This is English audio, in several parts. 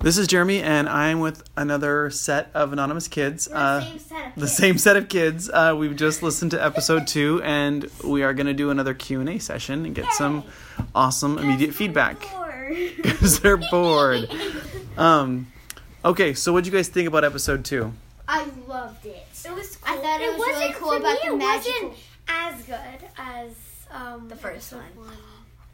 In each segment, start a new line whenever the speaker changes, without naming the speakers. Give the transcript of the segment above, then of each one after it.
This is Jeremy, and I'm with another set of anonymous kids.
The
uh,
same set of
the
kids.
same set of kids. Uh, we've just listened to episode two, and we are going to do another Q and A session and get some awesome immediate feedback
Four.
because they're bored. Um, okay, so what would you guys think about episode two?
I loved it. It was.
I thought it was really
wasn't-
cool
for
about
me,
the
it
magical-
wasn't as good as um the
first one.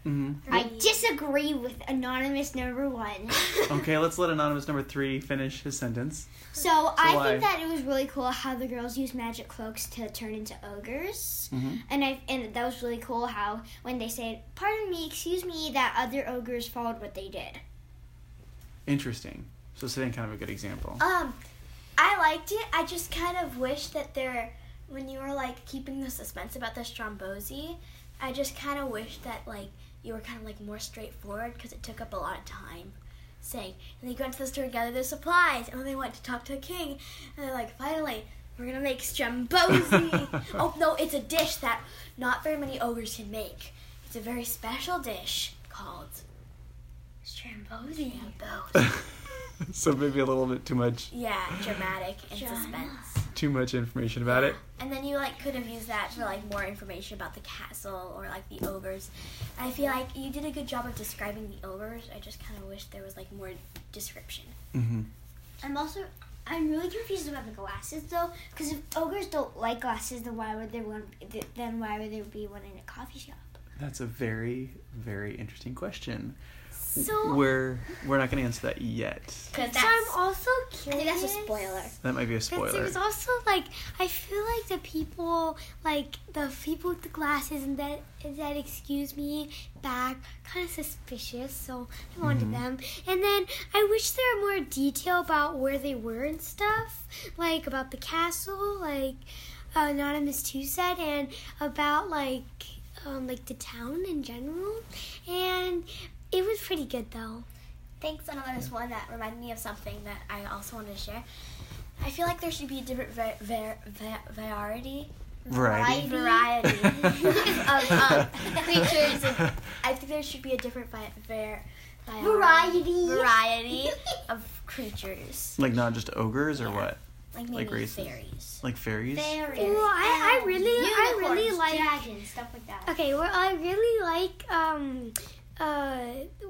hmm
I disagree with anonymous number one.
Okay, let's let anonymous number three finish his sentence.
So, I
why?
think that it was really cool how the girls used magic cloaks to turn into ogres,
Mhm.
and I and that was really cool how when they said "Pardon me, excuse me," that other ogres followed what they did.
Interesting. So setting kind of a good example.
Um, I liked it. I just kind of wish that there, when you were like keeping the suspense about the Strombosi, I just kind of wish that like you were kind of like more straightforward because it took up a lot of time. Saying, and they go into the store and gather their supplies, and then they went to talk to the king, and they're like, finally, we're gonna make Strombosi. oh no, it's a dish that not very many ogres can make. It's a very special dish called Strombosi.
so maybe a little bit too much,
Yeah, dramatic and suspense.
too much information about it.
And then you like could have used that for like more information about the castle or like the ogres. I feel like you did a good job of describing the ogres. I just kind of wish there was like more description.
hmm
I'm also I'm really confused about the glasses though, because if ogres don't like glasses, then why would they want? Then why would there be one in a coffee shop?
That's a very, very interesting question.
So
We're we're not going to answer that yet.
because
So I'm
also
I
curious.
think that's a spoiler.
That might be a
Because
spoiler.
there's also like I feel like the people like the people with the glasses and that and that excuse me back kind of suspicious. So I wanted them. And then I wish there were more detail about where they were and stuff, like about the castle, like anonymous two said, and about like um, like the town in general. And it was pretty good though. Thanks. Another one that reminded me of something that I also wanted to share. I feel like there should be a different va- va- va- variety.
Variety.
Variety of um, creatures. And
and
I think there should be a different vi- var- vi-
Variety.
variety of creatures.
like not just ogres or what?
Like
Like
maybe
races.
fairies. Um,
Like fairies?
Ooh, I, I really, I really like.
dragons, stuff like that.
Okay, well, I really like um, uh,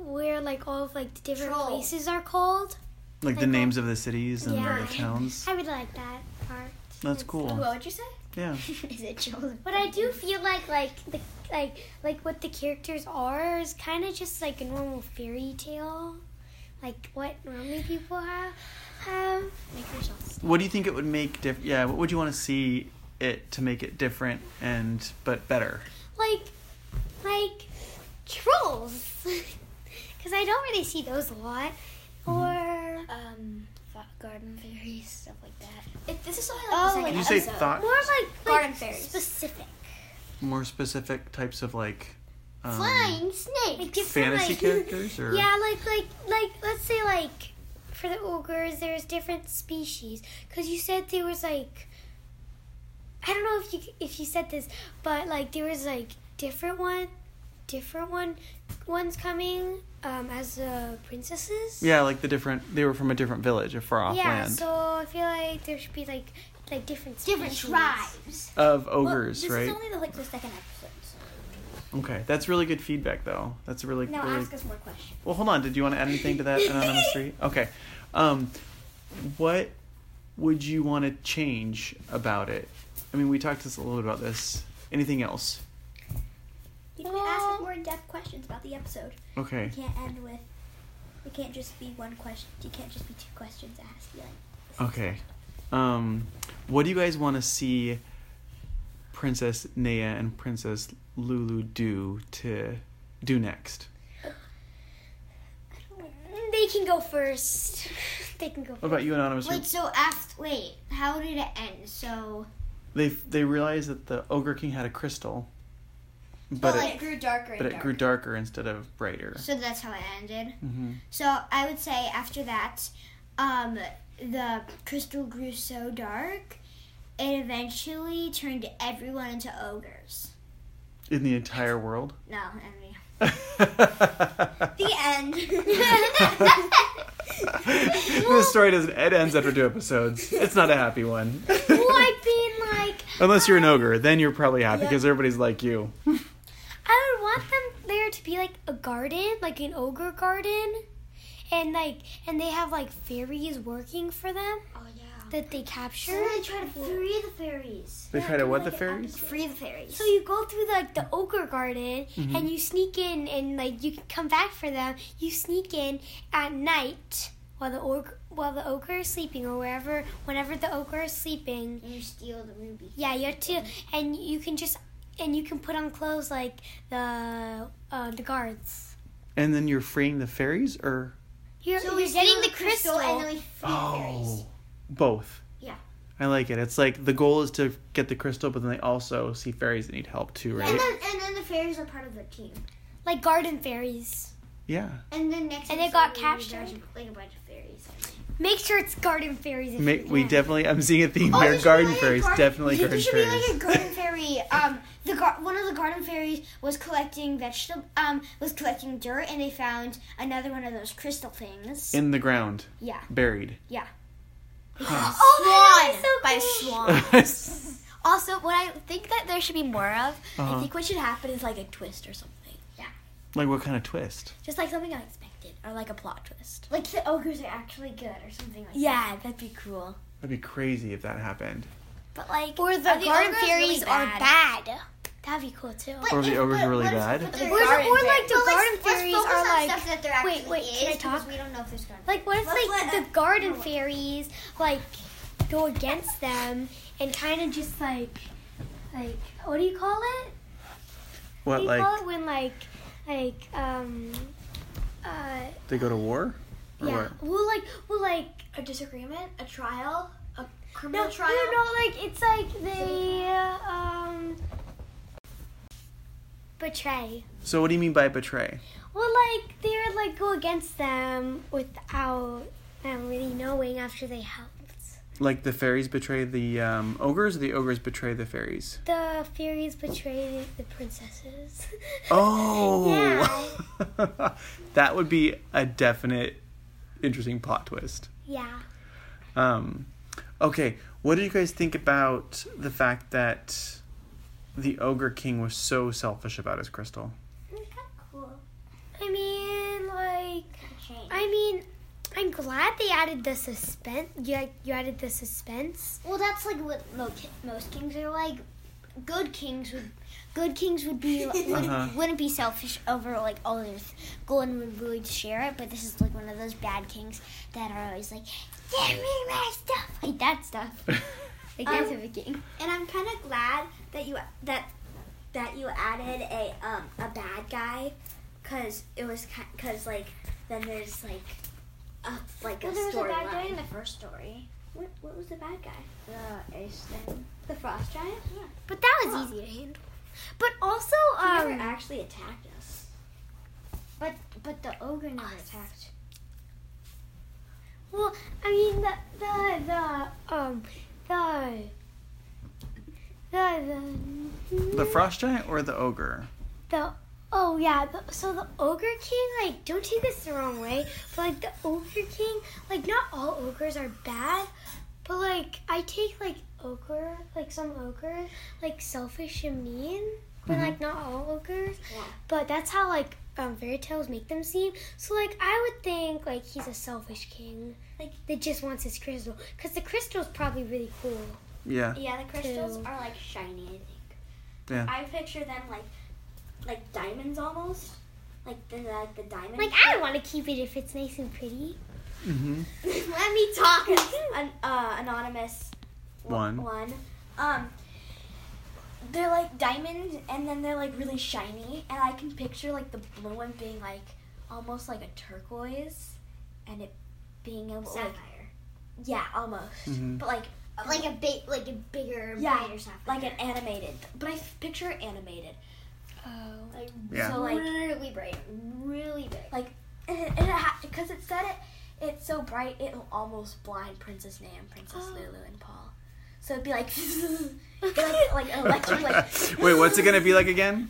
where like all of like the different
Troll.
places are called.
Like the
Like
names of the cities and
Yeah.
the towns.
I really like that part.
That's cool.
What would you say?
Yeah.
Is it children?
But I do feel like like the like like what the characters are is kind of just like a normal fairy tale, like what normally people have. have. Make yourself.
What do you think it would make diff yeah, what would you want to see it to make it different and but better?
like like trolls because i don't really see those a lot or
Um, garden fairies, stuff like that.
if this is only
Oh,
second
like-
Did you say
Episode.
thought
more like, like
Garden fairies.
specific
more specific types of like um,
Flying snakes.
like different
fantasy
like,
characters or
yeah like like like let's say like for the ogres there's different species because you said there was like i don't know if you if you said this but like there was like different one different one ones coming um as uh princesses
Yeah, like the different they were from a different village, a far off
yeah,
land.
so I feel like there should be like like different
Different
species.
tribes.
of ogres,
this
right?
is only the, like the second episode. So
Okay, that's really good feedback, though. That's really
now
really.
ask us more questions.
Well, hold on. Did you want to add anything to that anonymous three? Okay, um, what would you want to change about it? I mean, we talked just a little bit about this. Anything else?
You can ask us
Um,
more in-depth questions about the episode.
Okay.
You can't end with. It can't just be one question. You can't just be two questions asked. You like,
Okay. Um, what do you guys want to see Princess Naya and Princess Lulu do to do next?
They can go first. they can go.
What about you, anonymous?
wait, so asked. Wait, how did it end? So,
They they realized that the ogre king had a crystal, but it,
Oh, grew darker.
but it grew darker instead of brighter.
So that's how it ended.
hmm
So I would say after that, um, the crystal grew so dark, it eventually turned everyone into ogres.
In the entire world.
No, I mean
the
the end.
this story doesn't. It ends after two episodes. It's not a happy one.
like being like
Unless you're an ogre, then you're probably happy
Yeah.
because everybody's like you.
I would want them there to be like a garden, like an ogre garden, and like and they have like fairies working for them
Oh yeah.
that they
So
capture.
they try to free the fairies.
They
Yeah,
try to
kinda
what the
like an
fairies?
Free the fairies.
So you go through like the ogre garden and you sneak in and like you can come back for them. You sneak in at night while the ogre while the ogre is sleeping or wherever whenever the ogre is sleeping.
and you steal the ruby.
Yeah, you have to and you can just and you can put on clothes like the uh, the guards.
And then you're freeing the fairies, or
You're,
So
you're
we steal
getting the crystal.
and then we free the
Oh,
fairies.
both.
Yeah.
I like it. It's like the goal is to get the crystal, but then they also see fairies that need help too, right?
And then and then the fairies are part of the team.
like garden fairies.
yeah.
And then next
And
episode
they got
we need a
captured?
bunch of- like a bunch of fairies.
Oh,
Make sure it's garden fairies. If
Ma-
you
We
can.
definitely. I'm seeing a theme
Oh,
here.
there should
Garden
be like a
fairies,
garden-
definitely
there
garden
should
fairies.
be like a garden fairy. Um, the gar- one of the garden fairies was collecting vegetable. Um, was collecting dirt, and they found another one of those crystal things.
In the ground,
yeah.
buried.
Oh,
Swan
that is so
by
cool.
Swan. Oh.
Also, what I think that there should be more of,
Uh-huh.
I think what should happen is like a twist or something.
like what kind of twist?
Just like something unexpected or like a plot twist.
Like the ogres are actually good, or something like
Yeah, that'd be cool.
That'd be crazy if that happened.
But like,
Or the
the
garden
ogres
fairies
really
are bad. That'd be cool too.
that.
Or the
if-
ogres
but
are really
what if-
bad?
but the
Or-
garden
or
fairy-
like the
But let's-
garden
let's
fairies
focus
are
on
like-
stuff that there
wait,
actually
wait, can I
is, because
talk?
We don't know if there's garden.
like what if
Let's
like
let-
the garden fairies like go against them and kind of just like like what do you call it? What
What
do you
like
call it when like like um uh
they go to war? Or
yeah
what?
well like well like
a disagreement, a trial, a criminal
no no no like it's like they uh, um betray.
So what do you mean by betray?
Well, like they would like go against them without them really knowing after they helped.
Like the fairies betray the um, ogres, or the ogres betray the fairies?
The fairies betrayed the princesses.
Oh, that would be a definite interesting plot twist.
yeah.
Um, okay, what do you guys think about the fact that the ogre king was so selfish about his crystal?
It's kind of cool. I mean, like,
Change.
I mean, I'm glad they added the suspense. You like, you added the suspense.
Well, that's like what mo- ki- most kings are like. Good kings would, good kings would be would,
Uh-huh.
wouldn't be selfish over like all their th- gold and would really share it. But this is like one of those bad kings that are always like, give me my stuff, like that stuff. Like that
Um,
type of king.
And I'm kind of glad that you that that you added a um a bad guy, cause it was cause like then there's like a like
Well,
a
there was a
story.
bad guy in the first story,
What what was the bad guy?
the ace thing, the frost giant. Yeah,
But that was easy to handle. But also,
He never
um,
actually attacked us.
but but the ogre never attacked.
well, I mean, the the the um the the the
The frost giant or the ogre?
the oh yeah the, so the ogre king like don't take this the wrong way but like the ogre king like not all ogres are bad but like i take like ogre like some ogre like selfish and mean but like not all ogres
Yeah.
but that's how like um, fairy tales make them seem so like i would think like he's a selfish king like that just wants his crystal because the crystal's probably really cool
Yeah.
Yeah, the crystals
Two.
are like shiny. I think.
Yeah.
I picture them like like diamonds almost, like the like the diamond.
like i want to keep it if it's nice and pretty
Mm-hmm.
Let me talk. An uh, anonymous
One.
One. Um, they're like diamonds, and then they're like really shiny, and I can picture like the blue one being like almost like a turquoise, and it being able like
Sapphire.
yeah, almost,
Mhm.
but like
Like a big, like a bigger,
Yeah,
brighter sapphire.
like an animated. But I f- picture it animated.
oh
Like,
Yeah.
So like
really bright, really big.
And it, and it ha- because it said it, it's so bright it'll almost blind Princess Nam, Princess
Oh.
Lulu, and Paul. So it'd be like, like, like electric, like.
Wait, what's it gonna be like again?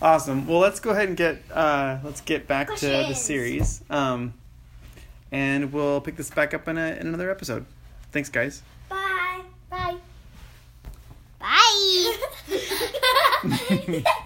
awesome. Well, let's go ahead and get uh, let's get back to the
Questions.
series. Um, and we'll pick this back up in, a, in another episode. Thanks, guys.
Bye. Bye.
Bye.